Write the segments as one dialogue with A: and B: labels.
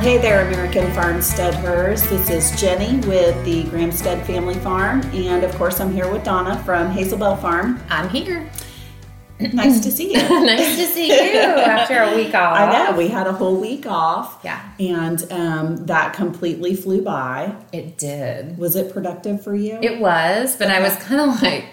A: hey there, American Farmstead Hers. This is Jenny with the Gramstead Family Farm, and of course, I'm here with Donna from Hazelbell Farm.
B: I'm here.
A: Nice to see you.
B: nice to see you after a week off.
A: I know we had a whole week off,
B: Yeah,
A: and um, that completely flew by.
B: it did.
A: Was it productive for you?
B: It was, but I was kind of like,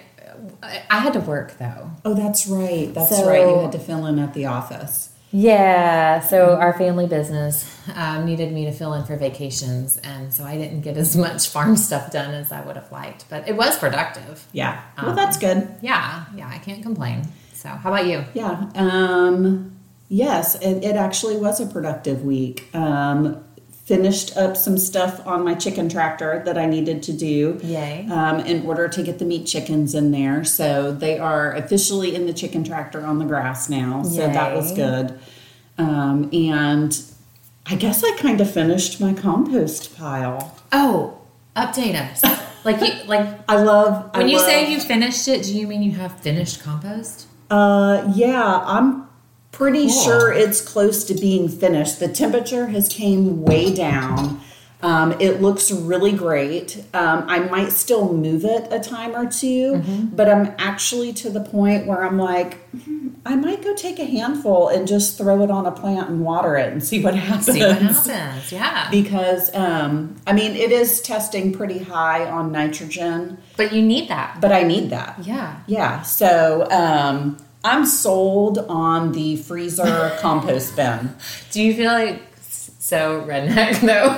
B: I I had to work though.
A: oh, that's right. That's
B: So-
A: right. You had to fill in at the office.
B: Yeah, so our family business um, needed me to fill in for vacations, and so I didn't get as much farm stuff done as I would have liked, but it was productive.
A: Yeah.
B: Um,
A: Well, that's good.
B: Yeah, yeah, I can't complain. So, how about you?
A: Yeah. Um, yes, it, it actually was a productive week. Um, finished up some stuff on my chicken tractor that I needed to do
B: Yay.
A: um, in order to get the meat chickens in there. So they are officially in the chicken tractor on the grass now. So that was
B: Yay.
A: good. Um, and I guess I kind of finished my compost pile.
B: Oh, update us. Like you, like
A: I love I
B: when you
A: love-
B: say you finished it, do you mean you have finished compost?
A: Uh, yeah, I'm pretty
B: Cool.
A: sure it's close to being finished. The temperature has came way down. Um, it looks really great. Um, I might still move it a time or 2 but I'm actually to the point where I'm like, hmm, I might go take a handful and just throw it on a plant and water it and see what happens.
B: See what happens. Yeah.
A: Because um, I mean, it is testing pretty high on nitrogen,
B: But you need that.
A: but I need that.
B: Yeah.
A: Yeah. So um, I'm sold on the freezer compost bin.
B: Do you feel like s- so redneck though?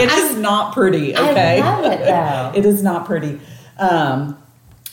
A: It is not pretty. Okay.
B: I love it though.
A: it is not pretty. Um,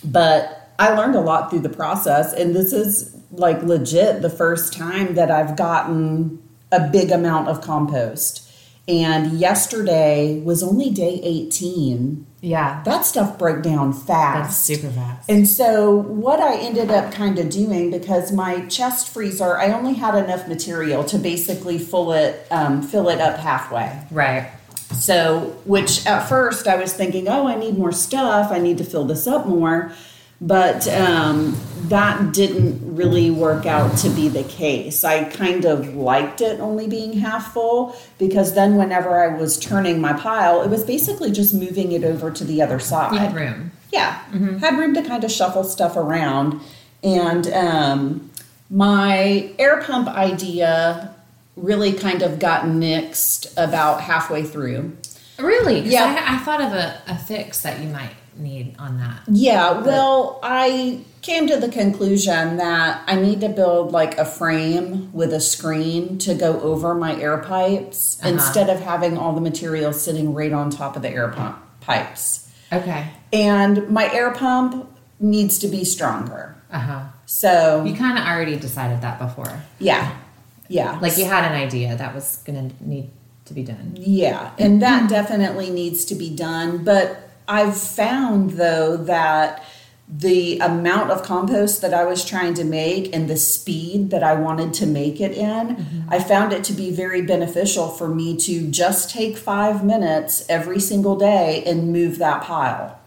A: but I learned a lot through the process, and this is like legit the first time that I've gotten a big amount of compost. And yesterday was only day 18.
B: Yeah.
A: That stuff broke down fast.
B: That's super fast.
A: And so, what I ended up kind of doing because my chest freezer, I only had enough material to basically fill it, um, fill it up halfway.
B: Right.
A: So, which at first I was thinking, oh, I need more stuff. I need to fill this up more. But um, that didn't really work out to be the case. I kind of liked it only being half full because then whenever I was turning my pile, it was basically just moving it over to the other side
B: You had room.
A: yeah, had room to kind of shuffle stuff around. And um, my air pump idea really kind of got nixed about halfway through.
B: Really? 'Cause
A: Yeah.
B: I, I thought of a, a fix that you might need on that.
A: Yeah, well, I came to the conclusion that I need to build like a frame with a screen to go over my air pipes instead of having all the material sitting right on top of the air pump pipes.
B: Okay.
A: And my air pump needs to be stronger.
B: Uh huh.
A: So
B: You kind of already decided that before.
A: Yeah. Yeah.
B: Like you had an idea that was going to need to be done.
A: yeah. And that definitely needs to be done. But I've found though that the amount of compost that I was trying to make and the speed that I wanted to make it in,
B: Mm-hmm.
A: I found it to be very beneficial for me to just take five minutes every single day and move that pile,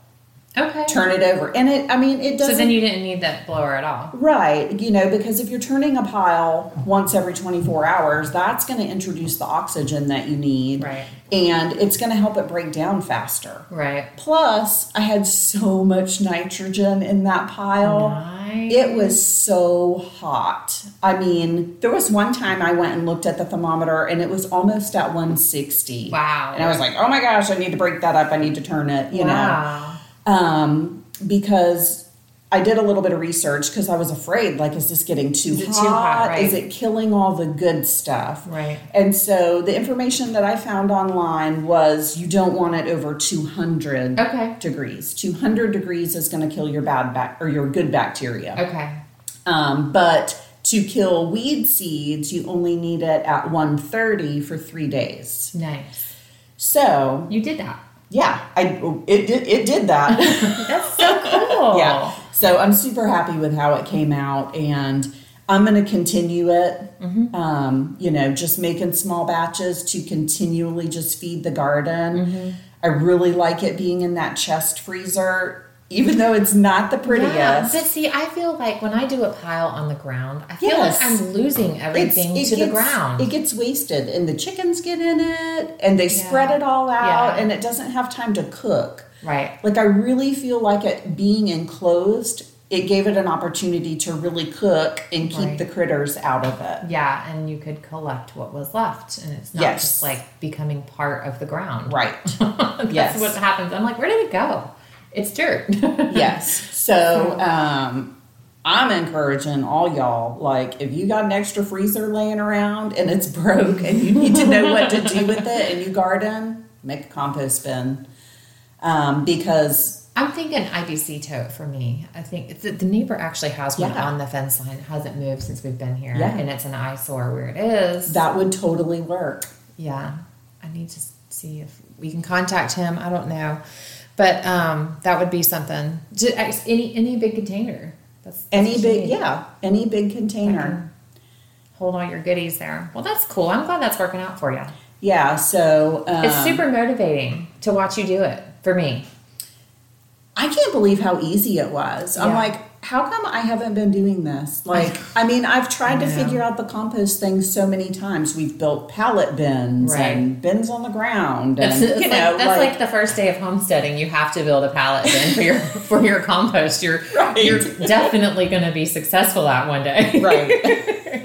B: Okay.
A: turn it over. And it, I mean, it doesn't.
B: So then you didn't need that blower at all.
A: Right, you know, because if you're turning a pile once every 24 hours, that's going to introduce the oxygen that you need.
B: Right.
A: And it's going to help it break down faster.
B: Right.
A: Plus, I had so much nitrogen in that pile.
B: Nice.
A: It was so hot. I mean, there was one time I went and looked at the thermometer and it was almost at 160.
B: Wow.
A: And I was like, oh my gosh, I need to break that up. I need to turn it, you know
B: wow.
A: um, because I did a little bit of research because I was afraid, like, is this getting too
B: Is it too
A: hot?
B: hot, right?
A: Is it killing all the good stuff?
B: Right.
A: And so the information that I found online was you don't want it over 200
B: Okay.
A: degrees. 200 degrees is going to kill your bad bac- or your good bacteria.
B: Okay.
A: Um, but to kill weed seeds, you only need it at 130 for three days.
B: Nice.
A: So
B: You did that.
A: yeah, I it did, it did that.
B: That's so cool.
A: Yeah. So I'm super happy with how it came out, and I'm going to continue it.
B: Mm-hmm.
A: Um, you know, just making small batches to
B: Mm-hmm.
A: continually just feed the garden. I really like it being in that chest freezer. even though it's not the prettiest.
B: Yeah, but see, I feel like when I do a pile on the ground, I feel
A: Yes.
B: like I'm losing
A: It's-
B: everything
A: it
B: to the
A: gets-
B: ground.
A: It gets wasted, and the chickens get in it, and they spread it all out,
B: Yeah.
A: and it doesn't have time to cook.
B: right.
A: Like I really feel like it being enclosed, it gave it an opportunity to really cook and keep
B: Right.
A: the critters out of it.
B: Yeah, and you could collect what was left, and it's not
A: Yes.
B: just like becoming part of the ground.
A: Right.
B: That's
A: Yes.
B: what happens. I'm like, where did it go? It's dirt.
A: yes. So um, I'm encouraging all y'all. Like, if you got an extra freezer laying around and it's broke and you need to know what to do with it, and you garden, make a compost bin um, because
B: I'm thinking IBC tote for me. I think it's, the neighbor actually has one
A: Yeah.
B: on the fence line. It hasn't moved since we've been here,
A: Yeah.
B: and it's an eyesore where it is.
A: that would totally work.
B: yeah, I need to see if we can contact him. I don't know, but um, that would be something. Ju- any any big container. That's, that's
A: Any
B: what you
A: big,
B: need.
A: yeah, any big container.
B: Hold all your goodies there. Well, that's cool. I'm glad that's working out for you.
A: Yeah. So um,
B: It's super motivating to watch you do it. For me,
A: I can't believe how easy it was. I'm
B: Yeah.
A: like, how come I haven't been doing this? Like, I mean, I've tried to
B: know.
A: figure out the compost thing so many times. We've built pallet bins
B: Right.
A: and bins on the ground, and
B: That's, it's
A: you
B: like,
A: know,
B: that's like,
A: like,
B: the first day of homesteading. You have to build a pallet bin for your for your compost. You're
A: Right.
B: you're definitely going to be successful at one day.
A: right.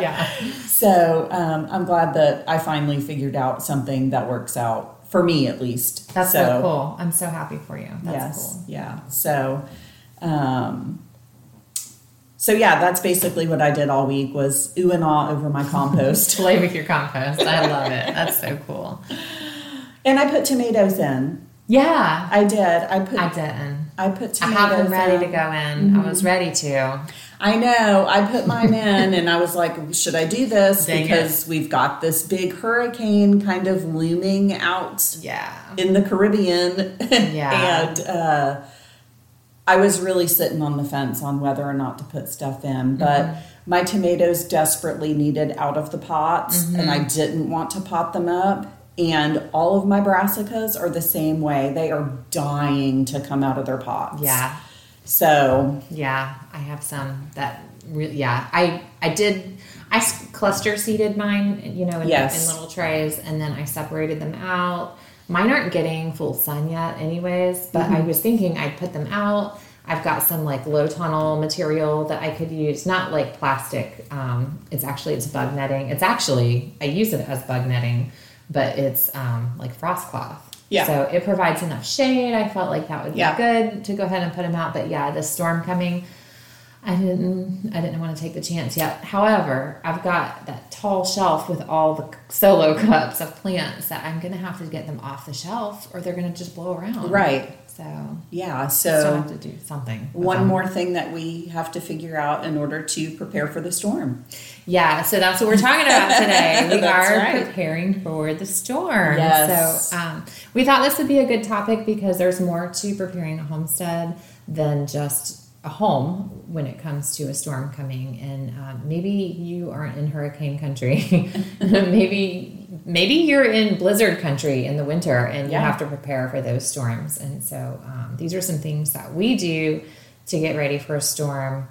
B: yeah.
A: So um, I'm glad that I finally figured out something that works out for me, at least.
B: That's so,
A: so
B: cool. I'm so happy for you. That's
A: yes,
B: cool.
A: yeah. So, um, so yeah, that's basically what I did all week was ooh and ah over my compost.
B: Play with your compost. I love it. That's so cool.
A: And I put tomatoes in.
B: Yeah.
A: I did. I put.
B: I
A: I,
B: didn't.
A: put
B: I
A: tomatoes.
B: have them ready
A: in.
B: to go in. I was ready to.
A: I know. I put mine in, and I was like, "Should I do this?"
B: Dang it.
A: because we've got this big hurricane kind of looming out
B: Yeah.
A: in the Caribbean.
B: Yeah.
A: and uh, I was really sitting on the fence on whether or not to put stuff in, but my tomatoes desperately needed out of the pots, and I didn't want to pot them up. And all of my brassicas are the same way; they are dying to come out of their pots.
B: Yeah.
A: So
B: Yeah, I have some that really. Yeah, I I did. I s- cluster seeded mine, you know, in,
A: Yes.
B: in little trays, and then I separated them out. Mine aren't getting full sun yet, anyways. But
A: Mm-hmm.
B: I was thinking I'd put them out. I've got some like low tunnel material that I could use, not like plastic. Um, it's actually it's bug netting. It's actually I use it as bug netting, but it's um, like frost cloth.
A: Yeah.
B: So it provides enough shade. I felt like that would be
A: Yeah.
B: good to go ahead and put them out. But yeah, the storm coming, I didn't I didn't want to take the chance yet. However, I've got that tall shelf with all the solo cups of plants that I'm gonna have to get them off the shelf or they're gonna just blow around.
A: right,
B: So
A: yeah.
B: I still have
A: So
B: to do something. with
A: one
B: them.
A: more thing that we have to figure out in order to prepare for the storm.
B: Yeah, so that's what we're talking about today. We
A: That's
B: are
A: right.
B: preparing for the storm.
A: Yes.
B: So um, we thought this would be a good topic because there's more to preparing a homestead than just a home when it comes to a storm coming. And um, maybe you aren't in hurricane country. maybe maybe you're in blizzard country in the winter and you
A: Yeah.
B: have to prepare for those storms. And so um, these are some things that we do to get ready for a storm.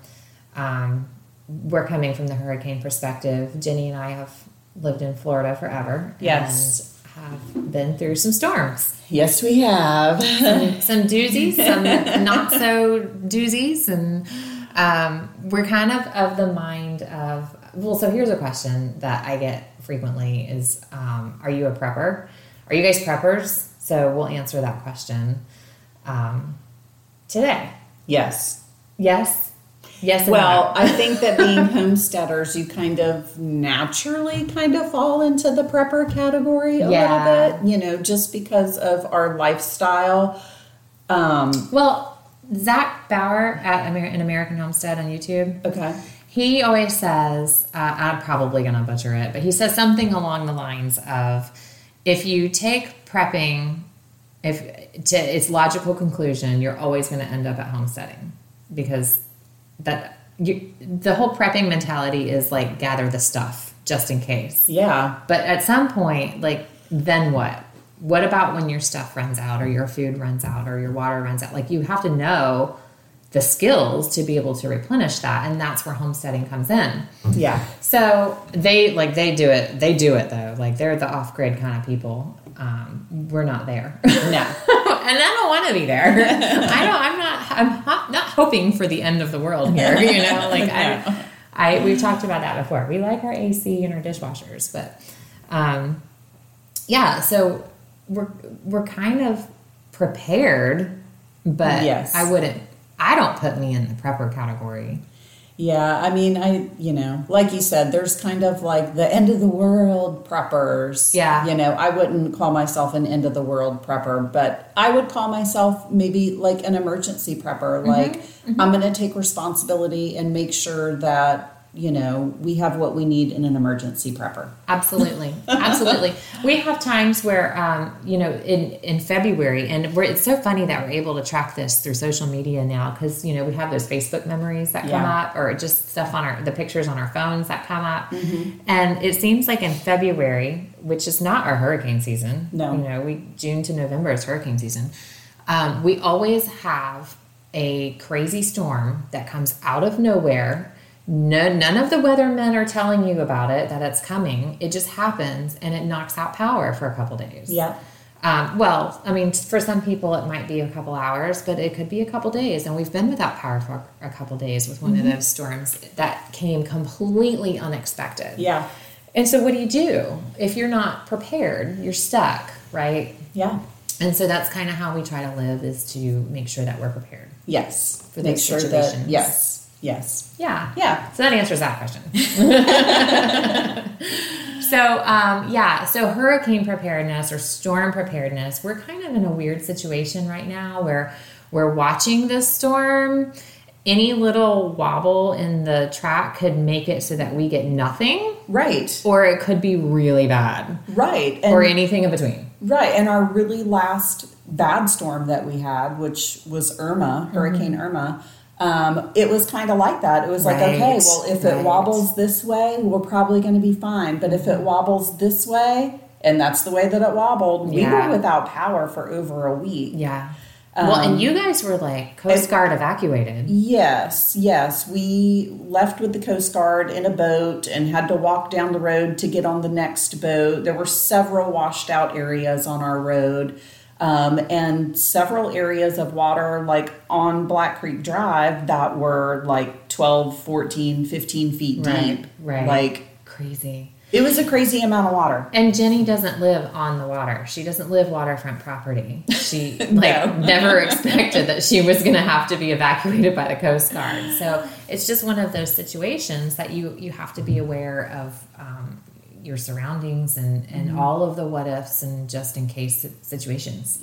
B: Um, we're coming from the hurricane perspective. Jenny and I have lived in Florida forever.
A: Yes.
B: And have been through some storms,
A: Yes, we have.
B: some, some doozies, some not so doozies, and um, we're kind of of the mind of. Well, so here's a question that I get frequently: is um, Are you a prepper? Are you guys preppers? So we'll answer that question um, today.
A: Yes.
B: Yes. Yes. and no.
A: Well, I think that being homesteaders, you kind of naturally kind of fall into the prepper category a
B: Yeah.
A: little bit, you know, just because of our lifestyle. Um,
B: Well, Zach Bauer at Amer- an American Homestead on YouTube,
A: okay.
B: he always says, uh, I'm probably going to butcher it, but he says something along the lines of, if you take prepping, if to its logical conclusion, you're always going to end up at homesteading because that you, the whole prepping mentality is like gather the stuff just in case.
A: Yeah.
B: But at some point, like, then what? what about when your stuff runs out or your food runs out or your water runs out? Like you have to know the skills to be able to replenish that. And that's where homesteading comes in.
A: Yeah.
B: So they like they do it. They do it though. Like they're the off grid kind of people. Um, we're not there, and
A: No.
B: I don't want to be there. I don't. I'm not. I'm ho- not hoping for the end of the world here. You know, like I, I. We've talked about that before. We like our AC and our dishwashers, but um, yeah. So we're we're kind of prepared, but
A: Yes.
B: I wouldn't. I don't put me in the prepper category.
A: Yeah, I mean, I, you know, like you said, there's kind of like the end of the world preppers.
B: Yeah.
A: You know, I wouldn't call myself an end of the world prepper, but I would call myself maybe like an emergency
B: Mm-hmm.
A: prepper. Like, I'm going to take responsibility and make sure that, you know, we have what we need in an emergency prepper.
B: Absolutely, absolutely. We have times where, um, you know, in in February, and we're, it's so funny that we're able to track this through social media now because you know we have those Facebook memories that come
A: Yeah.
B: up, or just stuff on our the pictures on our phones that come up,
A: Mm-hmm.
B: and it seems like in February, which is not our hurricane season,
A: No.
B: you know, we June to November is hurricane season. Um, we always have a crazy storm that comes out of nowhere. No, none of the weathermen are telling you about it that it's coming. It just happens and it knocks out power for a couple days.
A: Yeah.
B: Um, well, I mean, for some people it might be a couple hours, but it could be a couple days. And we've been without power for a couple days with one of those storms that came completely unexpected.
A: Yeah.
B: And so, what do you do if you're not prepared? You're stuck, right?
A: Yeah.
B: And so that's kind of how we try to live is to make sure that we're prepared.
A: Yes.
B: For
A: make
B: those
A: sure that,
B: situations.
A: yes. Yes.
B: Yeah.
A: Yeah.
B: So that answers that question. so um, yeah, so hurricane preparedness or storm preparedness, we're kind of in a weird situation right now where we're watching this storm. Any little wobble in the track could make it so that we get nothing,
A: Right.
B: or it could be really bad,
A: Right. And
B: or anything in between.
A: Right, and our really last bad storm that we had, which was Irma,
B: Mm-hmm.
A: Hurricane Irma, um, it was kind of like that. It was like,
B: Right,
A: okay, well, if it
B: right. Mm-hmm.
A: wobbles this way, we're probably going to be fine. But if it wobbles this way, and that's the way that it wobbled, we
B: Yeah.
A: were without power for over a week.
B: Yeah. well, and you guys were like Coast Guard evacuated.
A: Yes, yes. We left with the Coast Guard in a boat and had to walk down the road to get on the next boat. There were several washed out areas on our road um, and several areas of water, like on Black Creek Drive, that were like 12, 14, 15 feet
B: Right,
A: deep.
B: right.
A: Like
B: Crazy.
A: it was a crazy amount of water.
B: And Jenny doesn't live on the water. She doesn't live waterfront property. She like never expected that she was going to have to be evacuated by the Coast Guard. So it's just one of those situations that you you have to be aware of um, your surroundings and and all of the what ifs and just in case situations.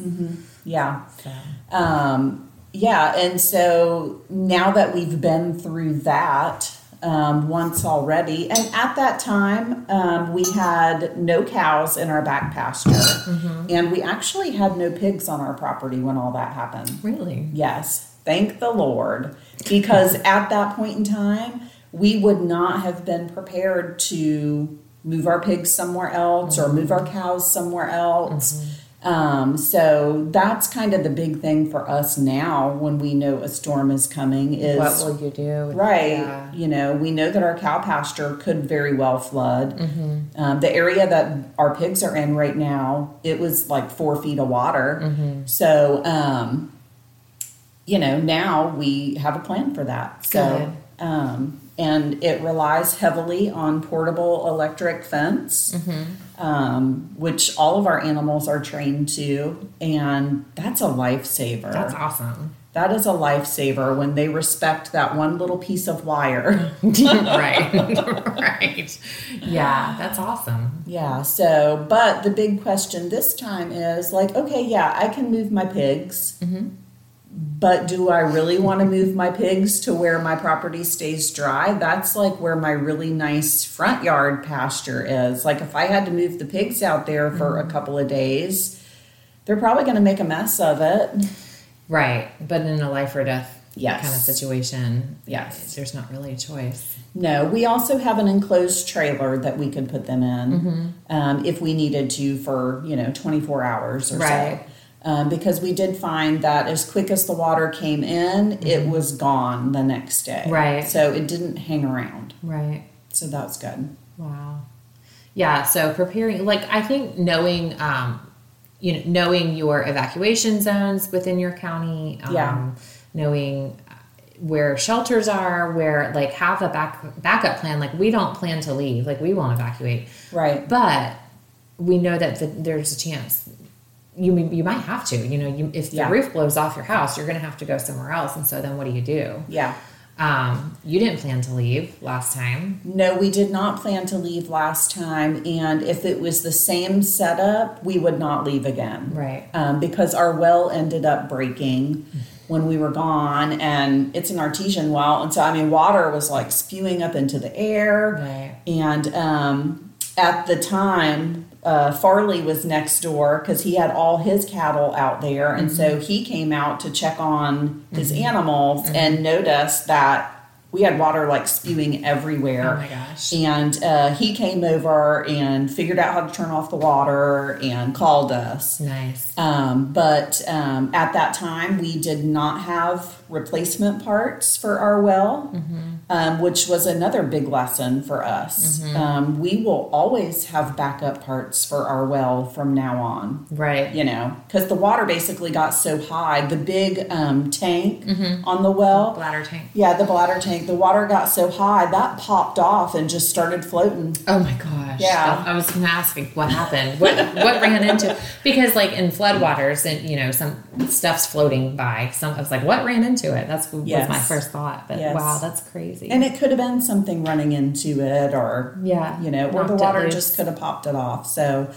A: Yeah.
B: So
A: Um, yeah, and so now that we've been through that um, once already, and at that time um, we had no cows in our back pasture, and we actually had no pigs on our property when all that happened.
B: really,
A: Yes, thank the Lord. Because at that point in time, we would not have been prepared to move our pigs somewhere else or move our cows somewhere else. Um, so that's kind of the big thing for us now when we know a storm is coming is
B: what will you do?
A: Right.
B: Yeah.
A: You know, we know that our cow pasture could very well flood. Um, the area that our pigs are in right now, it was like four feet of water. So, um, you know, now we have a plan for that. So, um, and it relies heavily on portable electric fence, um, which all of our animals are trained to. And that's a lifesaver.
B: That's awesome.
A: That is a lifesaver when they respect that one little piece of wire.
B: right. right. Yeah, that's awesome.
A: yeah, so, but the big question this time is like, okay, yeah, I can move my pigs, but do I really want to move my pigs to where my property stays dry? That's like where my really nice front yard pasture is. Like, if I had to move the pigs out there for a couple of days, they're probably going to make a mess of it.
B: Right. But in a life or death
A: Yes.
B: kind of situation.
A: Yes.
B: There's not really a choice.
A: No, we also have an enclosed trailer that we could put them in
B: Mm-hmm.
A: um, if we needed to for you know 24 hours or
B: Right.
A: so. Um, because we did find that as quick as the water came in, it was gone the next day.
B: Mm-hmm. Right.
A: So it didn't hang around.
B: Right.
A: So that was good.
B: Wow. Yeah. So preparing, like, I think knowing, um, you know, knowing your evacuation zones within your county, um,
A: Yeah.
B: knowing where shelters are, where like have a back backup plan. Like, we don't plan to leave. Like, we won't evacuate,
A: Right.
B: but we know that the, there's a chance you may- you might have to. You know, you, if the
A: Yeah.
B: roof blows off your house, you're going to have to go somewhere else. And so then, what do you do?
A: Yeah.
B: Um, you didn't plan to leave last time.
A: No, we did not plan to leave last time. And if it was the same setup, we would not leave again.
B: Right.
A: Um, because our well ended up breaking when we were gone, and it's an artesian well. And so, I mean, water was like spewing up into the air.
B: Right.
A: And um, at the time, uh, Farley was next door because he had all his cattle out there. And
B: Mm-hmm.
A: so he came out to check on his animals and noticed that we had water like spewing everywhere.
B: Oh my gosh.
A: And uh, he came over and figured out how to turn off the water and called us.
B: Nice.
A: Um, but um, at that time, we did not have replacement parts for our well,
B: Mm-hmm.
A: um, which was another big lesson for us.
B: Mm-hmm.
A: Um, we will always have backup parts for our well from now on
B: Right.
A: you know, because the water basically got so high. The big um, tank
B: Mm-hmm.
A: on the well,
B: Bladder tank.
A: yeah, the bladder tank, the water got so high that popped off and just started floating.
B: Oh my gosh.
A: Yeah.
B: I was gonna ask like, what happened. What what ran into because like in floodwaters and you know, some stuff's floating by. Some I was like, what ran into it? That's
A: Yes.
B: was my first thought. But
A: Yes.
B: wow, that's crazy.
A: And it could have been something running into it or,
B: yeah.
A: you know, or the
B: knocked it
A: water
B: loose.
A: just could have popped it off. So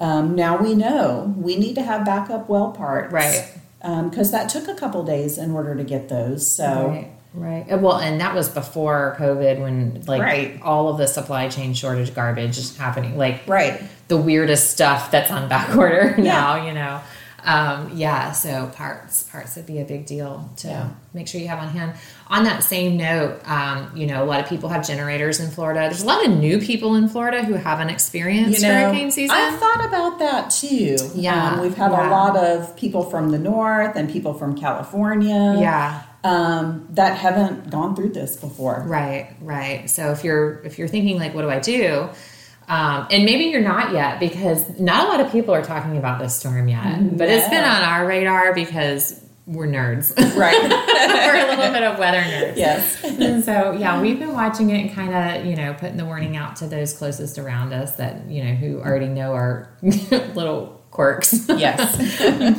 A: um, now we know we need to have backup well parts.
B: Right.
A: Because that took a couple days in order to get those. So,
B: Right. Right. And, Well, and that was before COVID when like
A: Right.
B: all of the supply chain shortage garbage is happening. Like
A: right.
B: the weirdest stuff that's on back order
A: Yeah.
B: now, you know. Um, yeah, so parts parts would be a big deal to
A: Yeah.
B: make sure you have on hand. On that same note, um, you know, a lot of people have generators in Florida. There's a lot of new people in Florida who haven't experienced hurricane season.
A: I thought about that too.
B: Yeah,
A: Um, we've had a
B: yeah.
A: lot of people from the north and people from California.
B: yeah.
A: um, that haven't gone through this before.
B: Right, right. So if you're if you're thinking like, what do I do? Um, and maybe you're not yet because not a lot of people are talking about this storm yet. But it's been
A: No.
B: on our radar because we're nerds.
A: Right.
B: we're a little bit of weather nerds.
A: yes.
B: And so yeah, we've been watching it and kind of you know putting the warning out to those closest around us that you know who already know our little quirks.
A: Yes.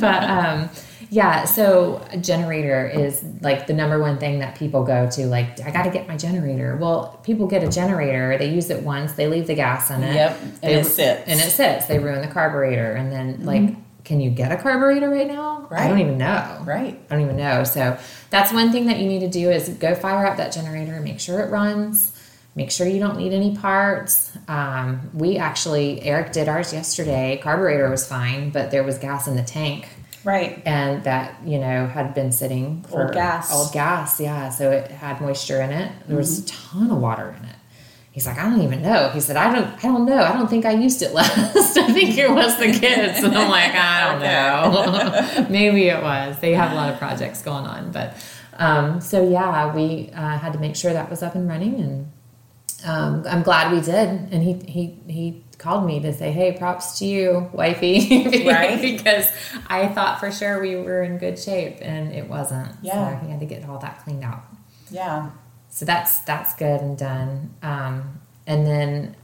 B: but um, yeah, so a generator is like the number one thing that people go to. Like, I got to get my generator. Well, people get a generator. They use it once. They leave the gas in it.
A: Yep, and
B: They-
A: it sits. Mm-hmm.
B: And it sits. They ruin the carburetor. And then like, can you get a carburetor right now? I
A: Right.
B: don't even know.
A: Right.
B: I don't even know. So that's one thing that you need to do is go fire up that generator, make sure it runs, make sure you don't need any parts. Um, we actually, Eric did ours yesterday. Carburetor was fine, but there was gas in the tank,
A: Right.
B: and that you know had been sitting for
A: Old gas.
B: Old gas, yeah. So it had moisture in it. There was a
A: Mm-hmm.
B: ton of water in it. He's like, I don't even know. He said, I don't, I don't know. I don't think I used it last. I think it was the kids. And I'm like, I don't know. Maybe it was. They have a lot of projects going on, but um, so yeah, we uh, had to make sure that was up and running, and um, I'm glad we did. And he he he called me to say, hey, props to you, wifey,
A: Right.
B: because I thought for sure we were in good shape, and it wasn't.
A: Yeah.
B: so he had to get all that cleaned out
A: Yeah.
B: so that's that's good and done um, and then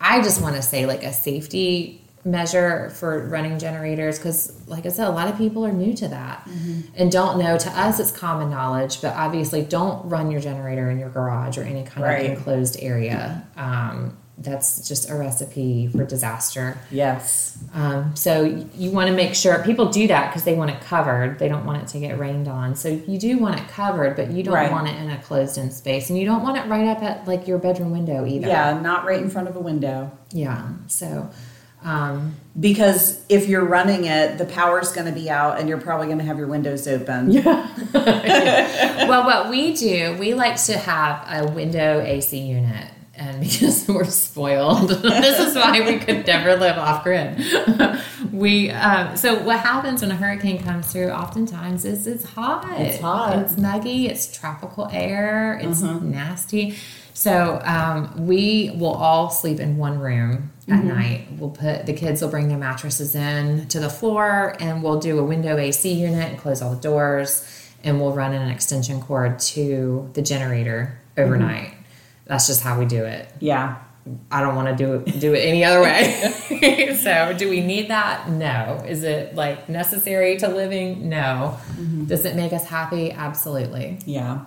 B: i just want to say like a safety measure for running generators because like i said a lot of people are new to that
A: Mm-hmm.
B: and don't know to us it's common knowledge but obviously don't run your generator in your garage or any kind
A: Right.
B: of enclosed area um, that's just a recipe for disaster
A: Yes.
B: um, so you want to make sure people do that because they want it covered. They don't want it to get rained on. So you do want it covered, but you don't
A: Right.
B: want it in a closed-in space, and you don't want it right up at like your bedroom window either.
A: Yeah. Not right in front of a window.
B: Yeah. So Um,
A: because if you're running it, the power's going to be out and you're probably going to have your windows open.
B: well, what we do, we like to have a window AC unit. And because we're spoiled, this is why we could never live off grid. we um, so what happens when a hurricane comes through? Oftentimes, is it's hot.
A: It's hot.
B: It's muggy. It's tropical air. It's nasty. So um, we will all sleep in one room at night. We'll put the kids will bring their mattresses in to the floor, and we'll do a window AC unit and close all the doors and we'll run an extension cord to the generator overnight. That's just how we do it.
A: Yeah.
B: I don't want to do it, do it any other way. so, do we need that? No. Is it like necessary to living? No. Does it make us happy? Absolutely.
A: Yeah.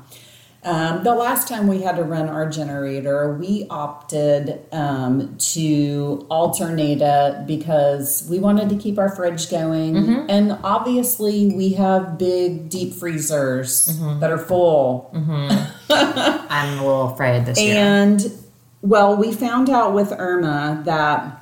A: Um, the last time we had to run our generator, we opted um, to alternata because we wanted to keep our fridge going. And obviously, we have big deep freezers that are full.
B: I'm a little afraid this year.
A: And well, we found out with Irma that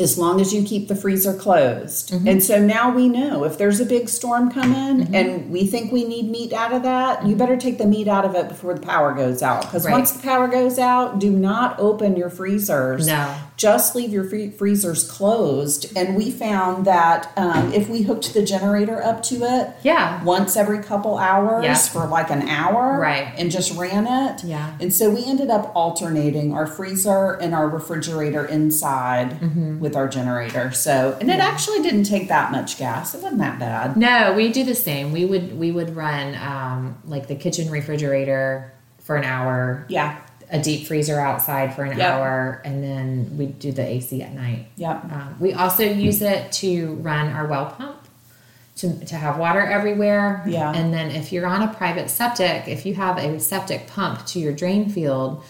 A: as long as you keep the freezer closed.
B: Mm-hmm.
A: And so now we know if there's a big storm coming and we think we need meat out of that, you better take the meat out of it before the power goes out. Because
B: Right.
A: once the power goes out, do not open your freezers.
B: No.
A: Just leave your free- freezers closed. And we found that um, if we hooked the generator up to it,
B: Yeah.
A: once every couple hours
B: Yeah.
A: for like an hour
B: Right.
A: and just ran it.
B: Yeah.
A: And so we ended up alternating our freezer and our refrigerator inside
B: Mm-hmm.
A: with our generator. So, and it actually didn't take that much gas. It wasn't that bad.
B: No, we do the same. We would we would run um, like the kitchen refrigerator for an hour,
A: Yeah.
B: a deep freezer outside for an
A: Yep.
B: hour, and then we do the AC at night.
A: Yep.
B: Um, we also use it to run our well pump to, to have water everywhere.
A: Yeah.
B: And then if you're on a private septic, if you have a septic pump to your drain field,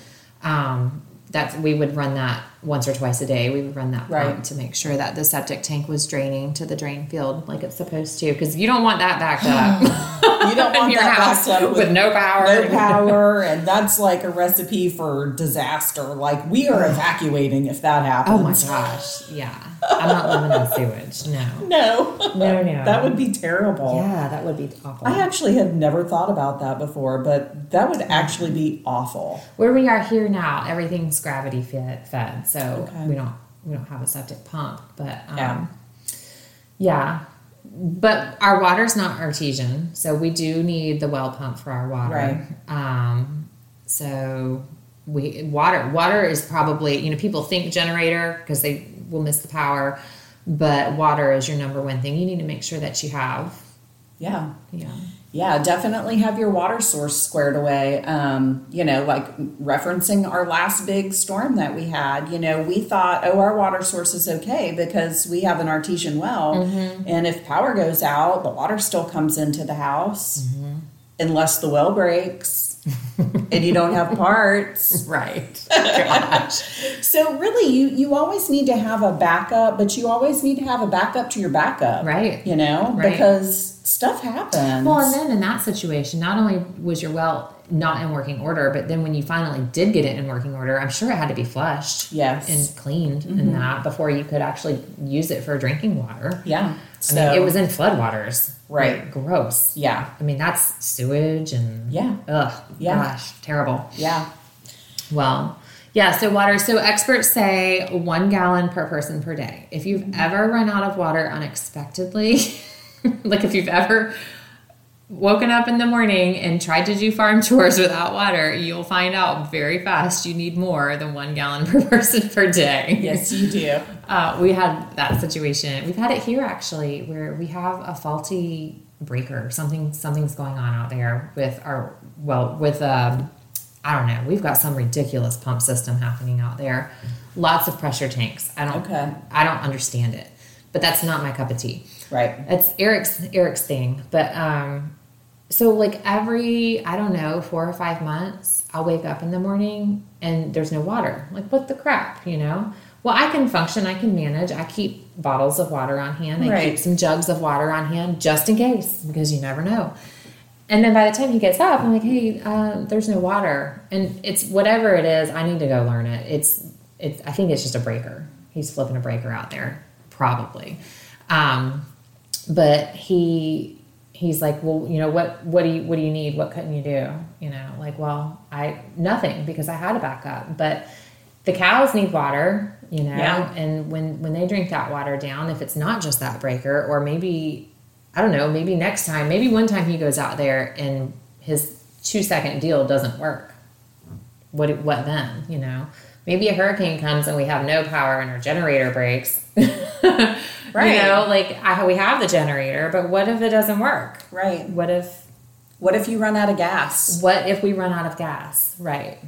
B: um, that's we would run that once or twice a day. We would run that
A: Right.
B: pump to make sure that the septic tank was draining to the drain field like it's supposed to, because you don't want that backed up
A: You don't
B: in
A: want
B: your
A: that
B: house
A: backed up
B: with, no power.
A: no power, and that's like a recipe for disaster. Like we are evacuating if that happens.
B: Oh my gosh! Yeah, I'm not living in sewage. No,
A: No,
B: no, no.
A: that would be terrible.
B: yeah, that would be awful.
A: I actually had never thought about that before, but that would actually be awful.
B: where we are here now, everything's gravity fed, fed so
A: Okay.
B: we don't we don't have a septic pump, but
A: Yeah.
B: um, yeah. But our water's not artesian, so we do need the well pump for our water.
A: Right.
B: Um, so we water water is probably you know people think generator because they will miss the power, but water is your number one thing. You need to make sure that you have.
A: Yeah.
B: Yeah.
A: Yeah, definitely have your water source squared away. Um, you know, like referencing our last big storm that we had, you know, we thought, oh, our water source is okay because we have an artesian well.
B: Mm-hmm.
A: And if power goes out, the water still comes into the house
B: Mm-hmm.
A: unless the well breaks and you don't have parts.
B: Right.
A: So, really, you, you always need to have a backup, but you always need to have a backup to your backup.
B: Right.
A: You know,
B: Right.
A: because stuff happens.
B: Well, and then in that situation, not only was your well not in working order, but then when you finally did get it in working order, I'm sure it had to be flushed,
A: Yes. Mm-hmm.
B: and cleaned, and that before you could actually use it for drinking water.
A: yeah.
B: I mean, it was in floodwaters.
A: Right.
B: Like, gross.
A: Yeah.
B: I mean, that's sewage and
A: Yeah.
B: Ugh.
A: Yeah.
B: Gosh, terrible.
A: Yeah.
B: Well, yeah, so water. So experts say one gallon per person per day. If you've ever run out of water unexpectedly, like if you've ever woken up in the morning and tried to do farm chores without water, you'll find out very fast you need more than one gallon per person per day.
A: Yes, you do.
B: Uh, we had that situation. We've had it here actually, where we have a faulty breaker. Something something's going on out there with our well with um, I don't know. We've got some ridiculous pump system happening out there. Lots of pressure tanks. I don't.
A: Okay.
B: I don't understand it, but that's not my cup of tea.
A: Right.
B: That's Eric's Eric's thing. But um so like every I don't know, 4 or 5 months, I'll wake up in the morning and there's no water. Like what the crap, you know? Well, I can function, I can manage. I keep bottles of water on hand. I
A: Right.
B: keep some jugs of water on hand just in case because you never know. And then by the time he gets up, I'm like, "Hey, uh, there's no water." And it's whatever it is, I need to go learn it. It's it's I think it's just a breaker. he's flipping a breaker out there, probably. Um, but he he's like, well, you know, what what do you what do you need? What couldn't you do? You know, like, well, I nothing because I had a backup. But the cows need water, you know,
A: Yeah.
B: and when when they drink that water down, if it's not just that breaker, or maybe I don't know, maybe next time, maybe one time he goes out there and his two second deal doesn't work. What what then? You know, maybe a hurricane comes and we have no power and our generator breaks.
A: Right.
B: You know, like I, we have the generator, but what if it doesn't work?
A: Right.
B: What if
A: What if you run out of gas?
B: what if we run out of gas? Right.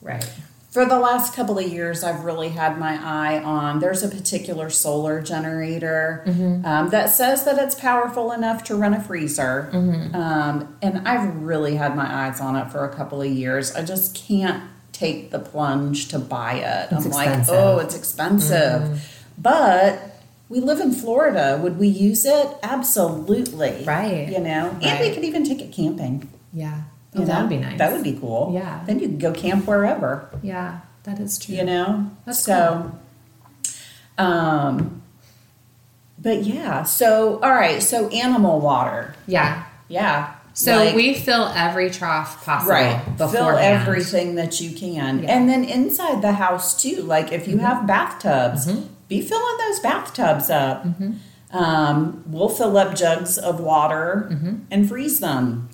B: Right.
A: For the last couple of years, I've really had my eye on. There's a particular solar generator
B: Mm-hmm.
A: um, that says that it's powerful enough to run a freezer.
B: Mm-hmm.
A: Um, and I've really had my eyes on it for a couple of years. I just can't take the plunge to buy it. I'm like,
B: expensive. Mm-hmm.
A: oh, it's expensive. But we live in Florida. Would we use it? Absolutely.
B: Right.
A: You know, and we
B: Right.
A: could even take it camping.
B: Yeah.
A: you
B: Oh, that
A: know?
B: would be nice.
A: That would be cool.
B: Yeah.
A: Then you could go camp wherever
B: Yeah, that is true.
A: you know
B: That's
A: so um but yeah so all right so animal water
B: Yeah.
A: yeah
B: So
A: Like,
B: we fill every trough possible
A: right fill
B: beforehand.
A: everything that you can
B: Yeah. Mm-hmm.
A: and then inside the house too like if you have bathtubs be filling those bathtubs up
B: Mm-hmm.
A: um, we'll fill up jugs of water and freeze them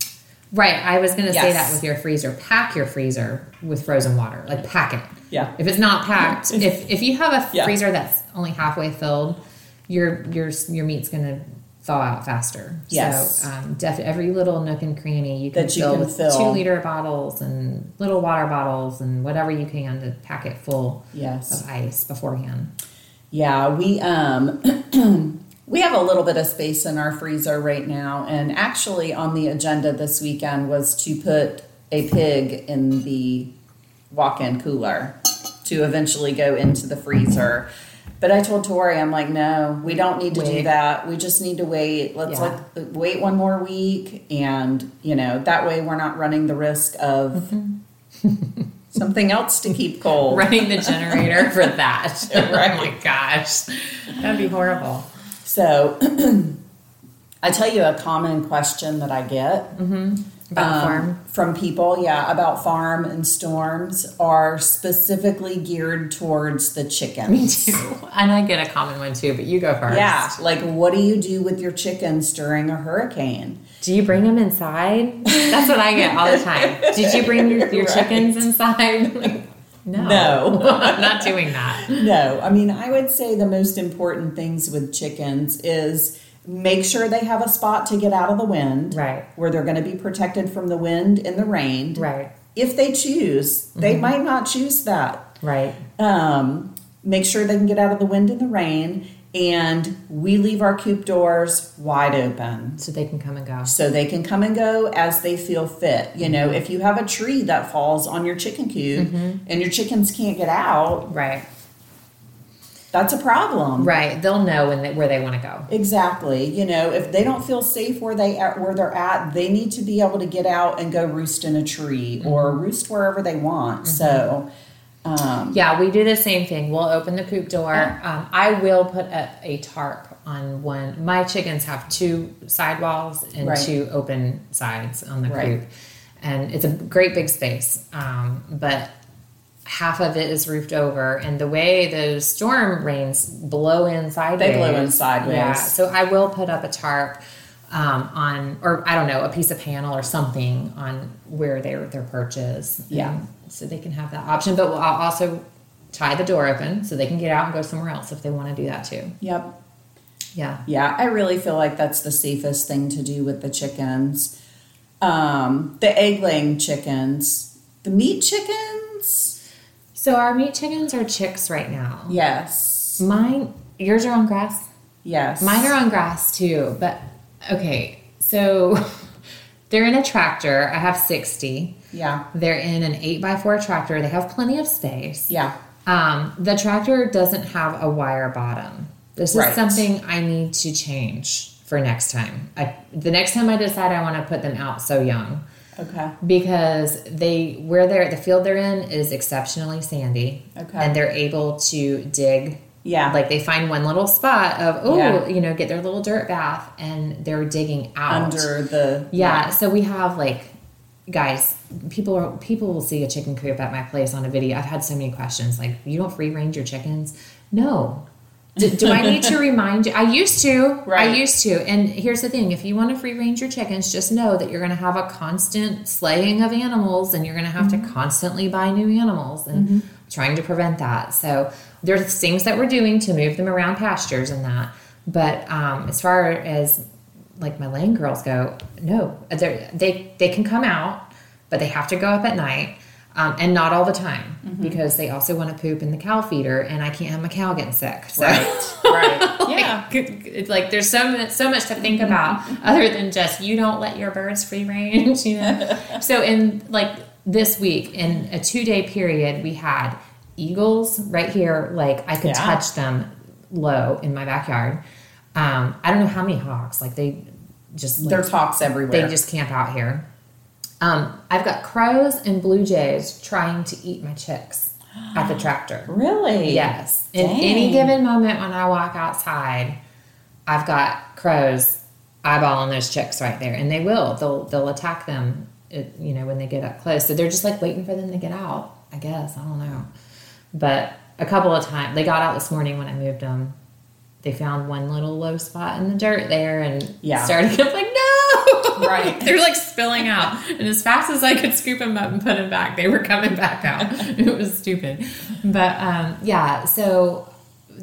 B: Right. I was going to say
A: Yes.
B: that with your freezer. Pack your freezer with frozen water. Like pack it.
A: Yeah.
B: If it's not packed, if if you have a
A: Yeah.
B: freezer that's only halfway filled, your your your meat's going to thaw out faster.
A: Yes.
B: So um, def- every little nook and cranny you can
A: That you
B: fill
A: can
B: with
A: fill.
B: two liter bottles and little water bottles and whatever you can to pack it full
A: yes
B: of ice beforehand.
A: Yeah, we um we have a little bit of space in our freezer right now and actually on the agenda this weekend was to put a pig in the walk-in cooler to eventually go into the freezer. But I told Tori, I'm like, no, we don't need to do
B: Wait.
A: that. We just need to wait. Let's
B: Yeah.
A: like wait one more week, and you know that way we're not running the risk of
B: Mm-hmm.
A: something else to keep cold.
B: Running the generator for that.
A: Right.
B: oh my gosh, that'd be horrible.
A: So I tell you a common question that I get
B: About
A: um,
B: farm.
A: from people, yeah, about farm and storms are specifically geared towards the chickens.
B: And I get a common one too, but you go first.
A: Yeah, like what do you do with your chickens during a hurricane?
B: Do you bring them inside? That's what I get all the time. Did you bring your, your
A: Right.
B: chickens inside? Like, no.
A: No.
B: I'm not doing that.
A: No, I mean, I would say the most important things with chickens is make sure they have a spot to get out of the wind,
B: Right.
A: where they're going to be protected from the wind and the rain.
B: Right. Mm-hmm.
A: If they choose, they might not choose that.
B: Right.
A: um, make sure they can get out of the wind and the rain, and we leave our coop doors wide open
B: So they can come and go.
A: so they can come and go as they feel fit. You know, if you have a tree that falls on your chicken coop and your chickens can't get out,
B: Right.
A: that's a problem.
B: Right. They'll know when they, where they want to go.
A: Exactly. You know, if they don't feel safe where they at where they're at, they need to be able to get out and go roost in a tree or roost wherever they want. So, um,
B: Yeah, we do the same thing. We'll open the coop door. Um, I will put a, a tarp on one. My chickens have two side walls and
A: Right.
B: two open sides on the
A: Right.
B: coop, and it's a great big space. Um, but half of it is roofed over, and the way those storm rains blow in sideways,
A: blow in sideways.
B: Yeah, so I will put up a tarp. Um, on or I don't know a piece of panel or something on where their their perch is
A: Yeah.
B: and so they can have that option. But we'll- I'll also tie the door open so they can get out and go somewhere else if they want to do that too.
A: yep.
B: Yeah.
A: Yeah, I really feel like that's the safest thing to do with the chickens. Um, the egg laying chickens, the meat chickens,
B: So our meat chickens are chicks right now.
A: yes,
B: Mine, yours are on grass.
A: yes,
B: Mine are on grass too. But okay, so they're in a tractor. I have sixty.
A: yeah,
B: They're in an eight by four tractor. They have plenty of space.
A: yeah,
B: Um, the tractor doesn't have a wire bottom. This is
A: Right.
B: something I need to change for next time. I, the next time I decide I want to put them out so young
A: okay,
B: because they where they're the field they're in is exceptionally sandy
A: Okay.
B: and they're able to dig
A: Yeah.
B: Like they find one little spot of oh,
A: Yeah.
B: you know, get their little dirt bath and they're digging out.
A: under the
B: yeah, so we have like guys, people are people will see a chicken coop at my place on a video. I've had so many questions like you don't free range your chickens? No. Do, do I need to remind you? I used to. I
A: Right.
B: used to. And here's the thing if you want to free range your chickens, just know that you're going to have a constant slaying of animals and you're going to have to constantly buy new animals and trying to prevent that. So there's things that we're doing to move them around pastures and that. But um, as far as like my lane girls go, no, They're- they they can come out, but they have to go up at night. Um, and not all the time because they also want to poop in the cow feeder, and I can't have my cow getting sick. So.
A: Right. Right.
B: Like,
A: Yeah. Mm-hmm.
B: it's like there's so much, so much to think about other than just you don't let your birds free range, you know. so in like this week in a 2-day period we had eagles right here like I could
A: Yeah.
B: touch them low in my backyard. Um I don't know how many hawks like they just like,
A: There's hawks everywhere.
B: they just camp out here. Um I've got crows and blue jays trying to eat my chicks at the tractor.
A: really
B: Yes. In
A: Dang.
B: any given moment when I walk outside, I've got crows eyeballing those chicks right there, and they will. They'll they'll attack them, uh, you know, when they get up close. So they're just like waiting for them to get out. I guess I don't know, but a couple of times they got out this morning when I moved them. They found one little low spot in the dirt there and
A: Yeah.
B: started up like no.
A: Right.
B: They're like spilling out. And as fast as I could scoop them up and put them back, they were coming back out. It was stupid. But um, yeah, so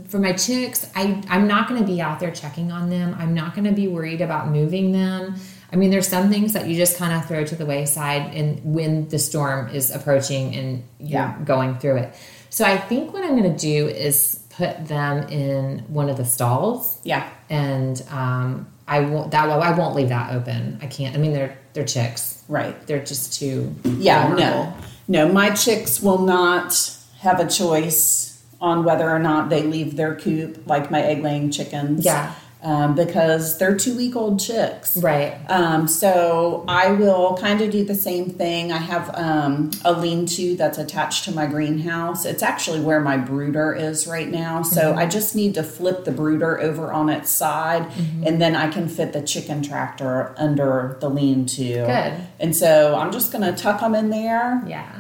B: for my chicks, I, I'm not going to be out there checking on them. I'm not going to be worried about moving them. I mean, there's some things that you just kind of throw to the wayside and when the storm is approaching and you're
A: Yeah.
B: going through it. So I think what I'm going to do is put them in one of the stalls
A: Yeah.
B: and um, I won't that well, I won't leave that open. I can't. I mean, they're they're chicks.
A: Right.
B: They're just too
A: Yeah,
B: vulnerable.
A: no. No, my chicks will not have a choice on whether or not they leave their coop, like my egg laying chickens.
B: Yeah.
A: Um, because they're two week old chicks.
B: right.
A: Um, so I will kind of do the same thing. I have um, a lean to that's attached to my greenhouse. It's actually where my brooder is right now. So
B: Mm-hmm.
A: I just need to flip the brooder over on its side
B: Mm-hmm.
A: and then I can fit the chicken tractor under the lean to.
B: Good.
A: And so I'm just going to tuck them in there
B: Yeah.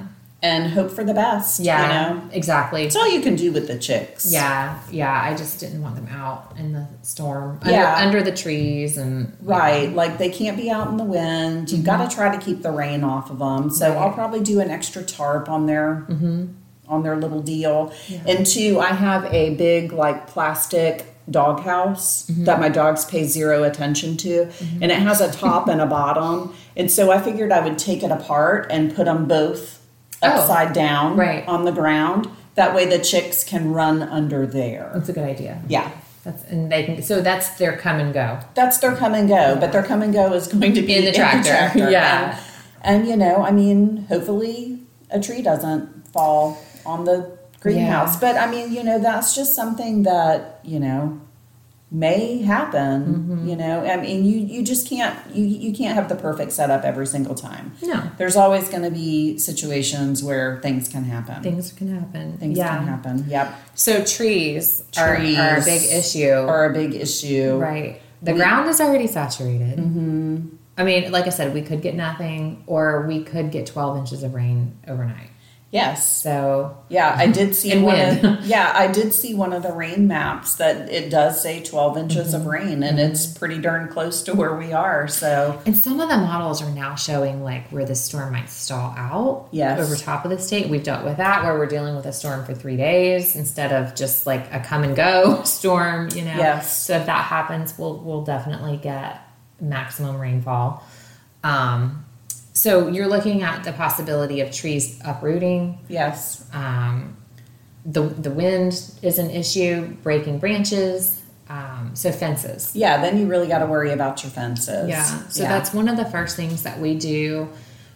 A: and hope for the best.
B: Yeah.
A: You know?
B: Exactly.
A: It's all you can do with the chicks.
B: Yeah. Yeah. I just didn't want them out in the storm. Under,
A: Yeah.
B: Under the trees and
A: Right, like they can't be out in the wind. You've
B: Mm-hmm.
A: got to try to keep the rain off of them. So I'll probably do an extra tarp on their
B: Mm-hmm.
A: on their little deal. And two, I have a big like plastic doghouse
B: Mm-hmm.
A: that my dogs pay zero attention to, and it has a top and a bottom. And so I figured I would take it apart and put them both
B: Oh,
A: upside down
B: right.
A: on the ground. That way the chicks can run under there.
B: That's a good idea.
A: Yeah.
B: That's and they can. So that's their come and go.
A: That's their come and go, but their come and go is going to be
B: In the tractor, yeah.
A: And, and, you know, I mean, hopefully a tree doesn't fall on the greenhouse.
B: Yeah.
A: But I mean, you know, that's just something that, you know, may happen.
B: Mm-hmm.
A: You know, I mean you, you just can't you, you can't have the perfect setup every single time.
B: No.
A: There's always gonna be situations where things can happen.
B: Things can happen.
A: Things
B: yeah.
A: can happen. Yep.
B: So trees, are, are a
A: Trees
B: big issue.
A: Are a big issue.
B: Right. The
A: We-
B: ground is already saturated. Mm-hmm. I mean, like I said, we could get nothing or we could get 12 inches of rain overnight.
A: Yes.
B: So,
A: Yeah, I did see
B: And
A: one.
B: when.
A: Of, yeah, I did see one of the rain maps that it does say 12 inches
B: Mm-hmm.
A: of rain, and it's pretty darn close to where we are. So
B: and some of the models are now showing like where the storm might stall out
A: Yes.
B: over top of the state. We've dealt with that where we're dealing with a storm for three days instead of just like a come and go storm, you know?
A: Yes.
B: So if that happens, we'll, we'll definitely get maximum rainfall. Um, so you're looking at the possibility of trees uprooting,
A: yes,
B: um, the the wind is an issue, breaking branches, um, so fences.
A: yeah. Then you really got to worry about your fences.
B: Yeah, so that's one of the first things that we do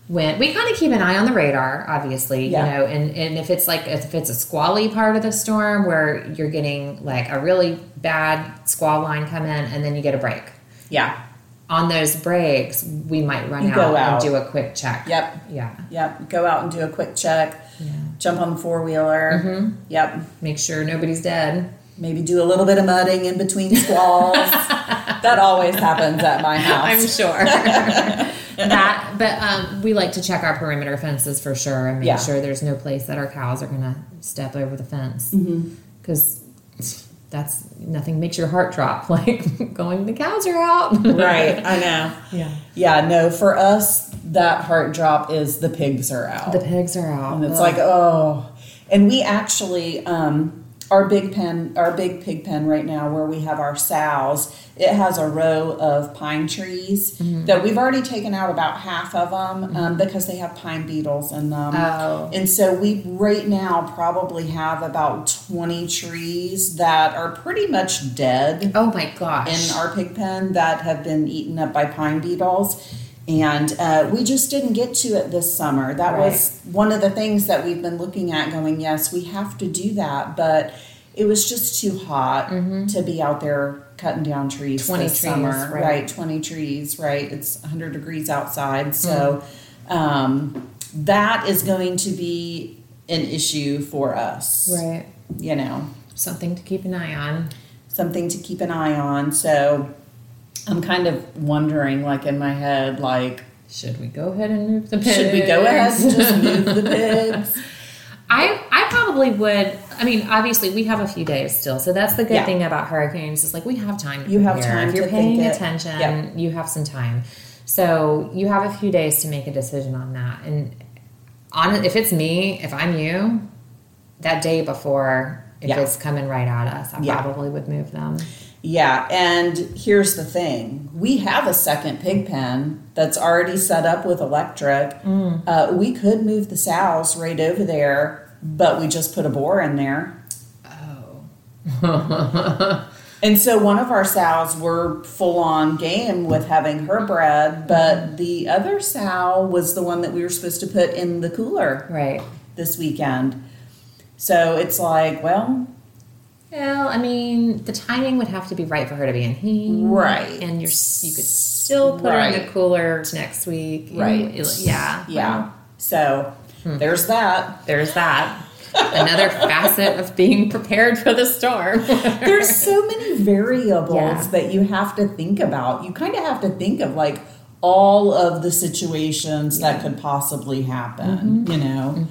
B: when we kind of keep an eye on the radar, obviously,
A: Yeah.
B: you know, and and if it's like if it's a squally part of the storm where you're getting like a really bad squall line come in and then you get a break.
A: yeah,
B: On those breaks, we might run
A: You
B: out,
A: go out.
B: and do a quick check.
A: yep,
B: Yeah.
A: yep. Go out and do a quick check.
B: Yeah. Mm-hmm.
A: Jump on the four wheeler. Yep,
B: Make sure nobody's dead.
A: Maybe do a little bit of mudding in between squalls. that always happens at my house.
B: I'm sure. that, but um, we like to check our perimeter fences for sure and make
A: Yeah.
B: sure there's no place that our cows are going to step over the fence
A: Mm-hmm.
B: because that's nothing makes your heart drop like going the cows are out.
A: right, I know.
B: yeah,
A: Yeah, no, for us, that heart drop is the pigs are out.
B: the pigs are out.
A: and it's
B: Ugh.
A: like, oh. And we actually, um, our big pen, our big pig pen right now, where we have our sows, it has a row of pine trees that we've already taken out about half of them um, because they have pine beetles in them.
B: Oh.
A: And so we right now probably have about 20 trees that are pretty much dead
B: oh my gosh.
A: in our pig pen that have been eaten up by pine beetles. And uh, we just didn't get to it this summer. That was one of the things that we've been looking at going, yes, we have to do that. But it was just too hot to be out there cutting down trees
B: 20
A: this
B: Mm-hmm. trees,
A: summer.
B: right.
A: 20 trees, right? It's 100 degrees outside. So
B: Mm-hmm.
A: um, that is going to be an issue for us.
B: right.
A: You know,
B: Something to keep an eye on.
A: something to keep an eye on. So I'm kind of wondering, like in my head, like
B: Should we go ahead and move the pigs?
A: should we go ahead and just move the pigs?
B: I I probably would. I mean, obviously we have a few days still, so that's the good
A: Yeah.
B: thing about hurricanes is like we have time. To
A: You have
B: prepare.
A: time
B: If you're
A: to
B: paying
A: think it.
B: attention,
A: Yep.
B: you have some time. So you have a few days to make a decision on that. And on if it's me, if I'm you, that day before, if
A: Yeah.
B: it's coming right at us, I
A: Yeah.
B: probably would move them.
A: Yeah, and here's the thing: we have a second pig pen that's already set up with electric.
B: Mm.
A: Uh, we could move the sows right over there, but we just put a boar in there.
B: Oh.
A: And so one of our sows were full on game with having her bread,
B: Mm-hmm.
A: but the other sow was the one that we were supposed to put in the cooler.
B: right.
A: this weekend. So it's like, well,
B: Well, I mean, the timing would have to be right for her to be in heat,
A: Right.
B: And you're you could still put her in the
A: Right.
B: cooler next week, You-
A: Right.
B: it- yeah, Hmm.
A: yeah.
B: Well,
A: So there's that.
B: there's that. Another facet of being prepared for the storm.
A: There's so many variables
B: Yeah.
A: that you have to think about. You kind of have to think of like all of the situations that could possibly happen,
B: Mm-hmm.
A: you know.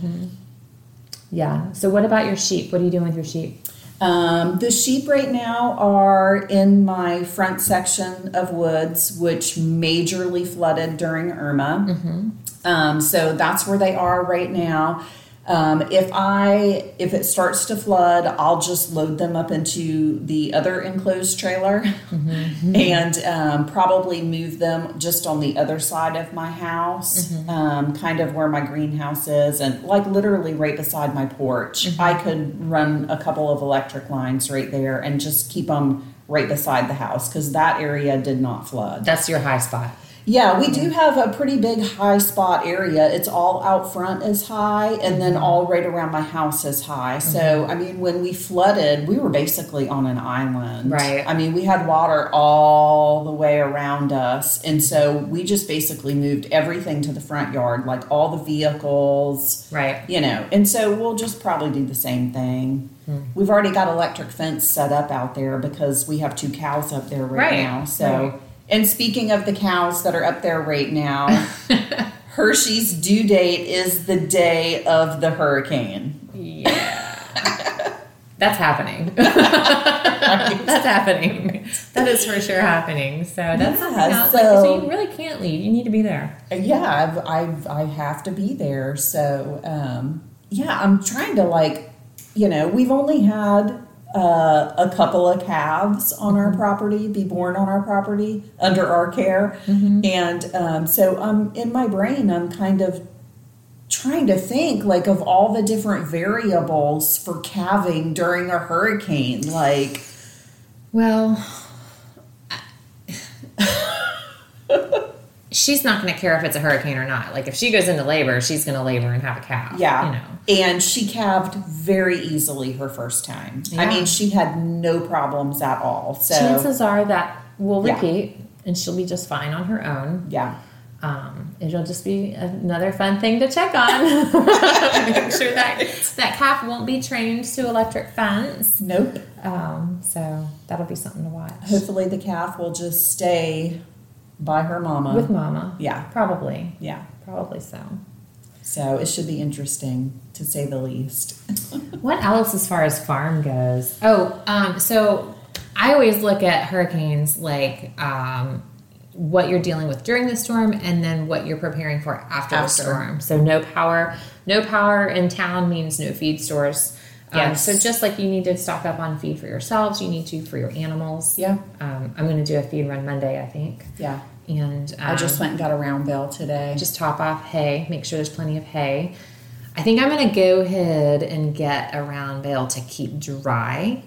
B: yeah. So, what about your sheep? What are you doing with your sheep?
A: Um, the sheep right now are in my front section of woods, which majorly flooded during Irma.
B: Mm-hmm.
A: Um, so that's where they are right now. Um, if I if it starts to flood, I'll just load them up into the other enclosed trailer and um, probably move them just on the other side of my house, um, kind of where my greenhouse is, and like literally right beside my porch. I could run a couple of electric lines right there and just keep them right beside the house because that area did not flood.
B: That's your high spot.
A: Yeah, we do have a pretty big high spot area. It's all out front is high, and then all right around my house is high. So, I mean, when we flooded, we were basically on an island.
B: Right.
A: I mean, we had water all the way around us. And so we just basically moved everything to the front yard, like all the vehicles,
B: Right.
A: you know. And so we'll just probably do the same thing. We've already got electric fence set up out there because we have two cows up there right,
B: Right,
A: now. So,
B: right.
A: and speaking of the cows that are up there right now, Hershey's due date is the day of the hurricane.
B: Yeah. That's happening. that's happening. That is for sure happening. So that's
A: Yeah,
B: something else. Like, so
A: so-
B: you really can't leave. You need to be there.
A: Uh, Yeah, I've, I've, I have to be there. So, um, yeah, I'm trying to like, you know, we've only had uh, a couple of calves on our property be born on our property under our care. And um, so I'm in my brain, I'm kind of trying to think like of all the different variables for calving during a hurricane. Like,
B: Well, I- she's not going to care if it's a hurricane or not. Like if she goes into labor, she's going to labor and have a cow.
A: Yeah.
B: you know.
A: And she calved very easily her first time. I
B: Yeah.
A: mean, she had no problems at all. So,
B: Chances are that will
A: Yeah.
B: repeat, and she'll be just fine on her own.
A: yeah.
B: um, it'll just be another fun thing to check on. Make sure that that calf won't be trained to electric fence.
A: Nope.
B: Um, so that'll be something to watch
A: Hopefully, the calf will just stay by her mama.
B: with Mama.
A: yeah,
B: Probably,
A: yeah.
B: probably so.
A: So it should be interesting to say the least.
B: What else as far as farm goes? Oh, um, so I always look at hurricanes like um, what you're dealing with during the storm and then what you're preparing for after, the
A: After.
B: storm. So no power, no power in town means no feed stores. Um,
A: Yes.
B: So just like you need to stock up on feed for yourselves, you need to for your animals.
A: Yeah,
B: Um, I'm going to do a feed run Monday, I think,
A: yeah.
B: and um,
A: I just went and got a round bell today.
B: just top off hay, make sure there's plenty of hay. I think I'm gonna go ahead and get a round bale to keep dry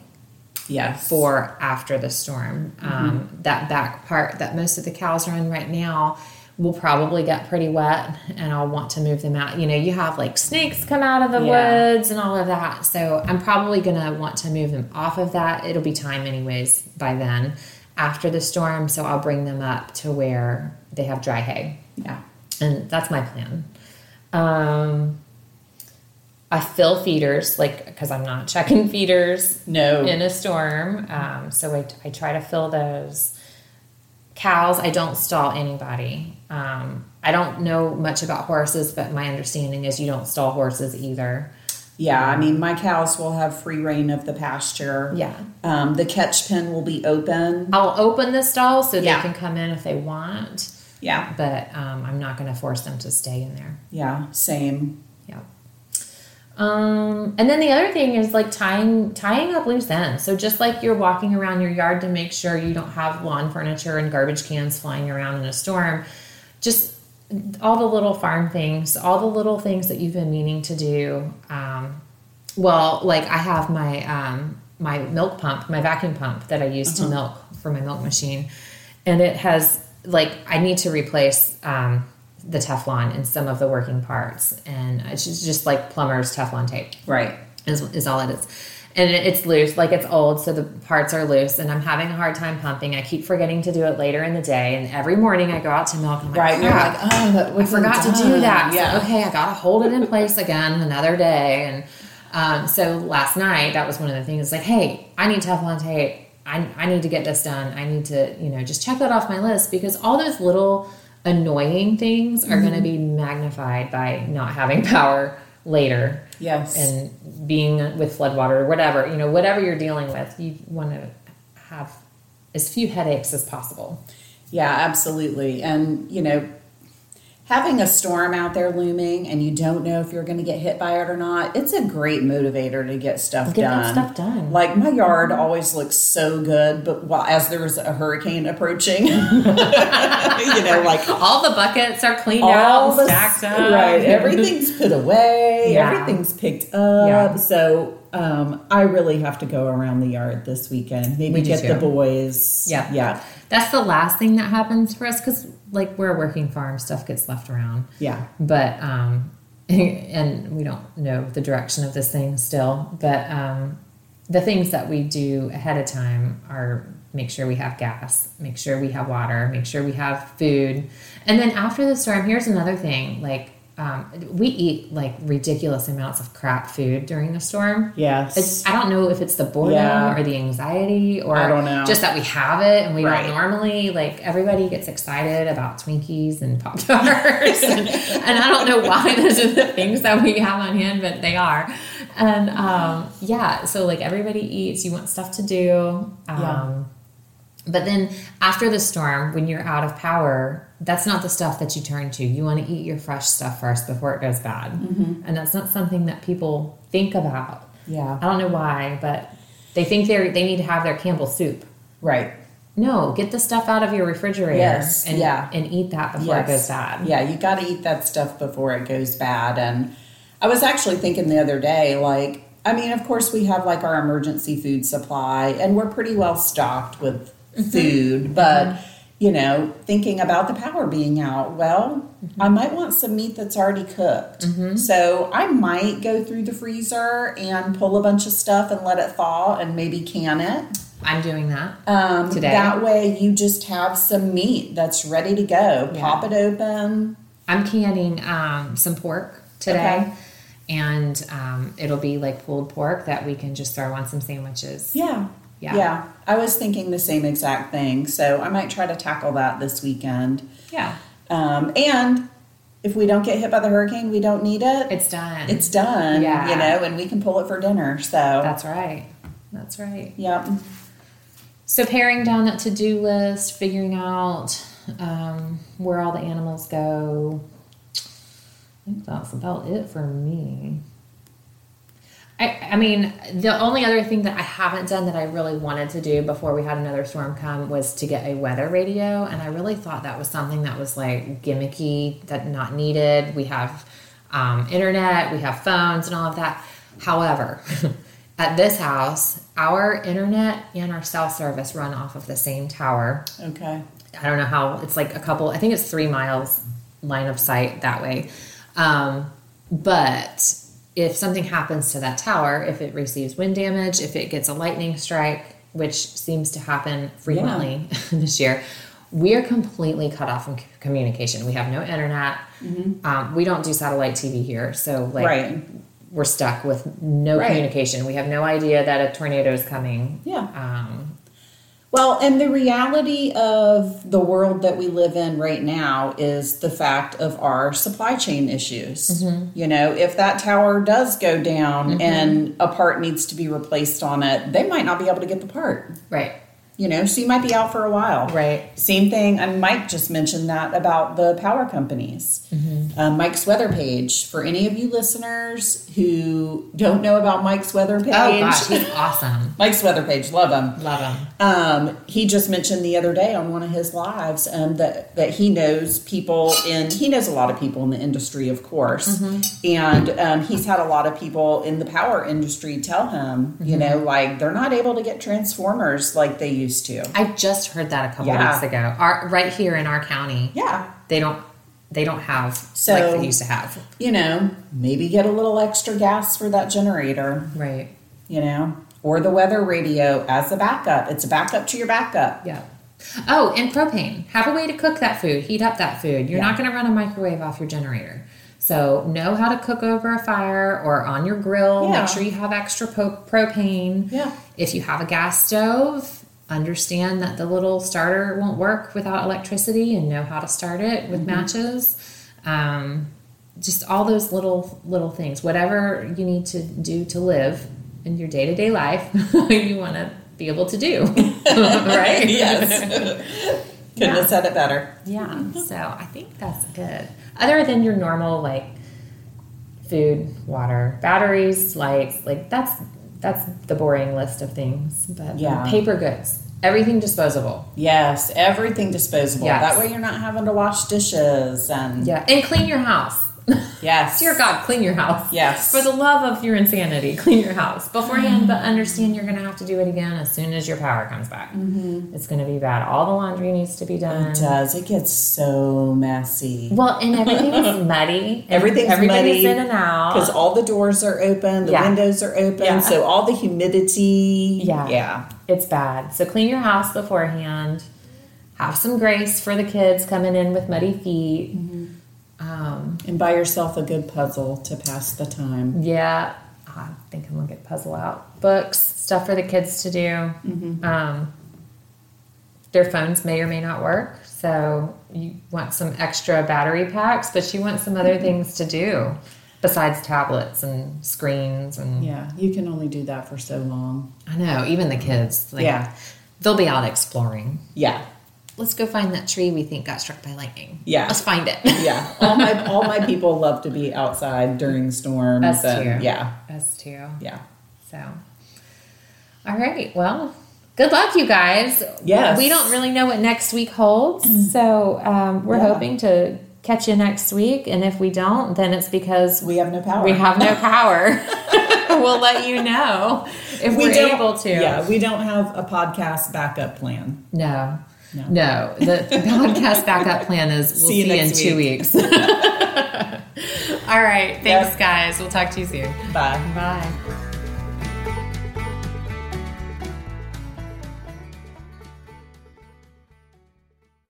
A: yes.
B: for after the storm. Um, that back part that most of the cows are in right now will probably get pretty wet and I'll want to move them out. You know, you have like snakes come out of the
A: Yeah.
B: woods and all of that. So I'm probably gonna want to move them off of that. It'll be time anyways by then after the storm. So I'll bring them up to where they have dry hay
A: yeah.
B: and that's my plan. Um, I fill feeders, like because I'm not checking feeders
A: No.
B: in a storm, um, so I, I try to fill those. Cows, I don't stall anybody. Um, I don't know much about horses, but my understanding is you don't stall horses either.
A: yeah, I mean, my cows will have free reign of the pasture.
B: Yeah. Uh,
A: Um, the catch pen will be open.
B: I'll open the stall so
A: Yeah.
B: they can come in if they want,
A: Yeah.
B: but um, I'm not going to force them to stay in there.
A: Yeah. Same.
B: Yeah. Um, and then the other thing is like tying tying up loose ends. So just like you're walking around your yard to make sure you don't have lawn furniture and garbage cans flying around in a storm, just all the little farm things, all the little things that you've been meaning to do. Um, well, like I have my um, my milk pump, my vacuum pump that I use
A: Uh-huh.
B: to milk for my milk machine, and it has like I need to replace um, the Teflon in some of the working parts, and it's just- just like plumber's Teflon tape
A: Right.
B: is, is all it is. And it- it's loose, like it's old, so the parts are loose, and I'm having a hard time pumping. I keep forgetting to do it later in the day, and every morning I go out to milk and I'm like,
A: Right. And you're
B: "Crap."
A: like, oh, that
B: I forgot to do
A: done."
B: that.
A: Yeah.
B: Yeah. okay, I gotta hold it in place again another day. And um, so last night, that was one of the things. Like, hey, I need Teflon tape. I, I need to get this done. I need to, you know, just check that off my list because all those little annoying things are going to be magnified by not having power later
A: Yes.
B: and being with floodwater or whatever. You know, whatever you're dealing with, you want to have as few headaches as possible.
A: Yeah, absolutely. And, you know, having a storm out there looming and you don't know if you're going to get hit by it or not, it's a great motivator to get stuff
B: Get
A: done. Mm-hmm.
B: that stuff done.
A: Like my yard always looks so good, but while, as there's a hurricane approaching, you know, like
B: All the buckets are cleaned
A: all
B: out,
A: the
B: and stacked up.
A: right, everything's put away,
B: Yeah.
A: everything's picked up.
B: Yeah.
A: So um, I really have to go around the yard this weekend. Maybe
B: We do
A: get the
B: too.
A: boys.
B: Yeah.
A: yeah,
B: That's the last thing that happens for us because, like, we're a working farm, stuff gets left around.
A: yeah.
B: But, um, and we don't know the direction of this thing still. But um, the things that we do ahead of time are make sure we have gas, make sure we have water, make sure we have food. And then after the storm, here's another thing like, um, we eat like ridiculous amounts of crap food during the storm.
A: Yes.
B: It's, I don't know if it's the boredom
A: Yeah.
B: or the anxiety or
A: I don't know.
B: just that we have it and we
A: Right.
B: don't normally. Like everybody gets excited about Twinkies and Pop Tarts, and, and I don't know why those are the things that we have on hand, but they are. And um, yeah, so like everybody eats. You want stuff to do. Um, But then after the storm, when you're out of power, that's not the stuff that you turn to. You want to eat your fresh stuff first before it goes bad.
A: Mm-hmm.
B: And that's not something that people think about.
A: Yeah.
B: I don't know why, but they think they are they need to have their Campbell soup.
A: Right.
B: No, get the stuff out of your refrigerator
A: Yes,
B: and
A: yeah.
B: and eat that before it goes bad.
A: Yeah, you got to eat that stuff before it goes bad. And I was actually thinking the other day, like, I mean, of course, we have like our emergency food supply and we're pretty well stocked with
B: Mm-hmm.
A: food, but. You know, thinking about the power being out, well,
B: Mm-hmm.
A: I might want some meat that's already cooked. So I might go through the freezer and pull a bunch of stuff and let it thaw and maybe can it.
B: I'm doing that.
A: Um,
B: Today.
A: That way you just have some meat that's ready to go. Pop it open.
B: I'm canning um, some pork today.
A: Okay.
B: And um, it'll be like pulled pork that we can just throw on some sandwiches.
A: Yeah.
B: Yeah.
A: Yeah. I was thinking the same exact thing. So I might try to tackle that this weekend.
B: Yeah.
A: Um, and if we don't get hit by the hurricane, we don't need it.
B: It's done.
A: It's done,
B: Yeah.
A: you know, and we can pull it for dinner. So,
B: That's right. That's right.
A: yep.
B: So paring down that to-do list, figuring out um, where all the animals go. I think that's about it for me. I, I mean, the only other thing that I haven't done that I really wanted to do before we had another storm come was to get a weather radio. And I really thought that was something that was like gimmicky, that not needed. We have um, internet, we have phones, and all of that. However, at this house, our internet and our cell service run off of the same tower.
A: Okay.
B: I don't know how it's like a couple. I think it's three miles line of sight that way. Um, but if something happens to that tower, if it receives wind damage, if it gets a lightning strike, which seems to happen frequently this year, we are completely cut off from c- communication. We have no internet. Um, we don't do satellite TV here, so like
A: Mm-hmm. Right.
B: we're stuck with no
A: Right.
B: communication. We have no idea that a tornado is coming.
A: Yeah.
B: Um,
A: Well, and the reality of the world that we live in right now is the fact of our supply chain issues.
B: Mm-hmm.
A: You know, if that tower does go down and a part needs to be replaced on it, they might not be able to get the part.
B: right.
A: You know, so you might be out for a while.
B: Right.
A: Same thing, and Mike just mentioned that about the power companies.
B: Mm-hmm.
A: Uh, Mike's Weather Page. For any of you listeners who don't know about Mike's Weather Page,
B: Oh gosh, he's awesome.
A: Mike's Weather Page, love him.
B: Love him.
A: Um, he just mentioned the other day on one of his lives um, that that he knows people in he knows a lot of people in the industry, of course, and um, he's had a lot of people in the power industry tell him, you know, like they're not able to get transformers like they used to.
B: I just heard that a couple
A: Yeah.
B: weeks ago. Our, right here in our county,
A: Yeah,
B: they don't they don't have
A: So-
B: like they used to have.
A: you know, maybe get a little extra gas for that generator,
B: Right.
A: you know, or the weather radio as a backup. It's a backup to your backup.
B: Yeah. Oh, and propane. Have a way to cook that food. Heat up that food. You're not going to run a microwave off your generator. So know how to cook over a fire or on your grill.
A: Yeah.
B: Make sure you have extra po- propane.
A: Yeah.
B: If you have a gas stove, understand that the little starter won't work without electricity, and know how to start it with
A: Mm-hmm.
B: matches. Um, just all those little little things. Whatever you need to do to live in your day to day life, you want to be able to do, right?
A: Couldn't
B: Yeah.
A: have said it better.
B: Yeah, so I think that's it. Other than your normal like food, water, batteries, lights, like that's that's the boring list of things. But
A: Yeah.
B: paper goods, everything disposable.
A: Yes, everything disposable.
B: Yes.
A: That way you're not having to wash dishes and
B: Yeah, and clean your house.
A: yes.
B: Dear God, clean your house.
A: Yes.
B: For the love of your insanity, clean your house beforehand, but understand you're going to have to do it again as soon as your power comes back. Mm-hmm. It's going to be bad. All the laundry needs to be done.
A: It does. It gets so messy.
B: Well, and everything's muddy.
A: Everything's
B: everybody's
A: muddy
B: in and out.
A: Because all the doors are open, the
B: Yeah.
A: windows are open,
B: Yeah.
A: so all the humidity.
B: Yeah.
A: Yeah.
B: It's bad. So clean your house beforehand. Have some grace for the kids coming in with muddy feet.
A: Mm-hmm.
B: Um,
A: And buy yourself a good puzzle to pass the time.
B: yeah, I think I'm gonna get puzzle out books, stuff for the kids to do.
A: Mm-hmm.
B: Um, their phones may or may not work, so you want some extra battery packs, but you want some other
A: Mm-hmm.
B: things to do besides tablets and screens and
A: Yeah. You can only do that for so long.
B: I know even the kids. Like,
A: Yeah.
B: they'll be out exploring.
A: Yeah.
B: let's go find that tree we think got struck by lightning.
A: Yeah.
B: Let's find it.
A: Yeah. All my all my people love to be outside during storms.
B: Us
A: and-
B: too.
A: Yeah.
B: Us too.
A: Yeah.
B: So, all right. Well, good luck, you guys.
A: Yes. Mm-hmm.
B: We don't really know what next week holds. So, um, we're
A: Yeah.
B: hoping to catch you next week. And if we don't, then it's because
A: We have no power.
B: we have no power. we'll let you know if we
A: we
B: are
A: don't-
B: able to.
A: Yeah, we don't have a podcast backup plan.
B: No.
A: No.
B: No, the podcast backup plan is
A: See
B: we'll see,
A: you
B: you in
A: next
B: two weeks. All right. Thanks, guys. We'll talk to you soon.
A: Bye.
B: Bye.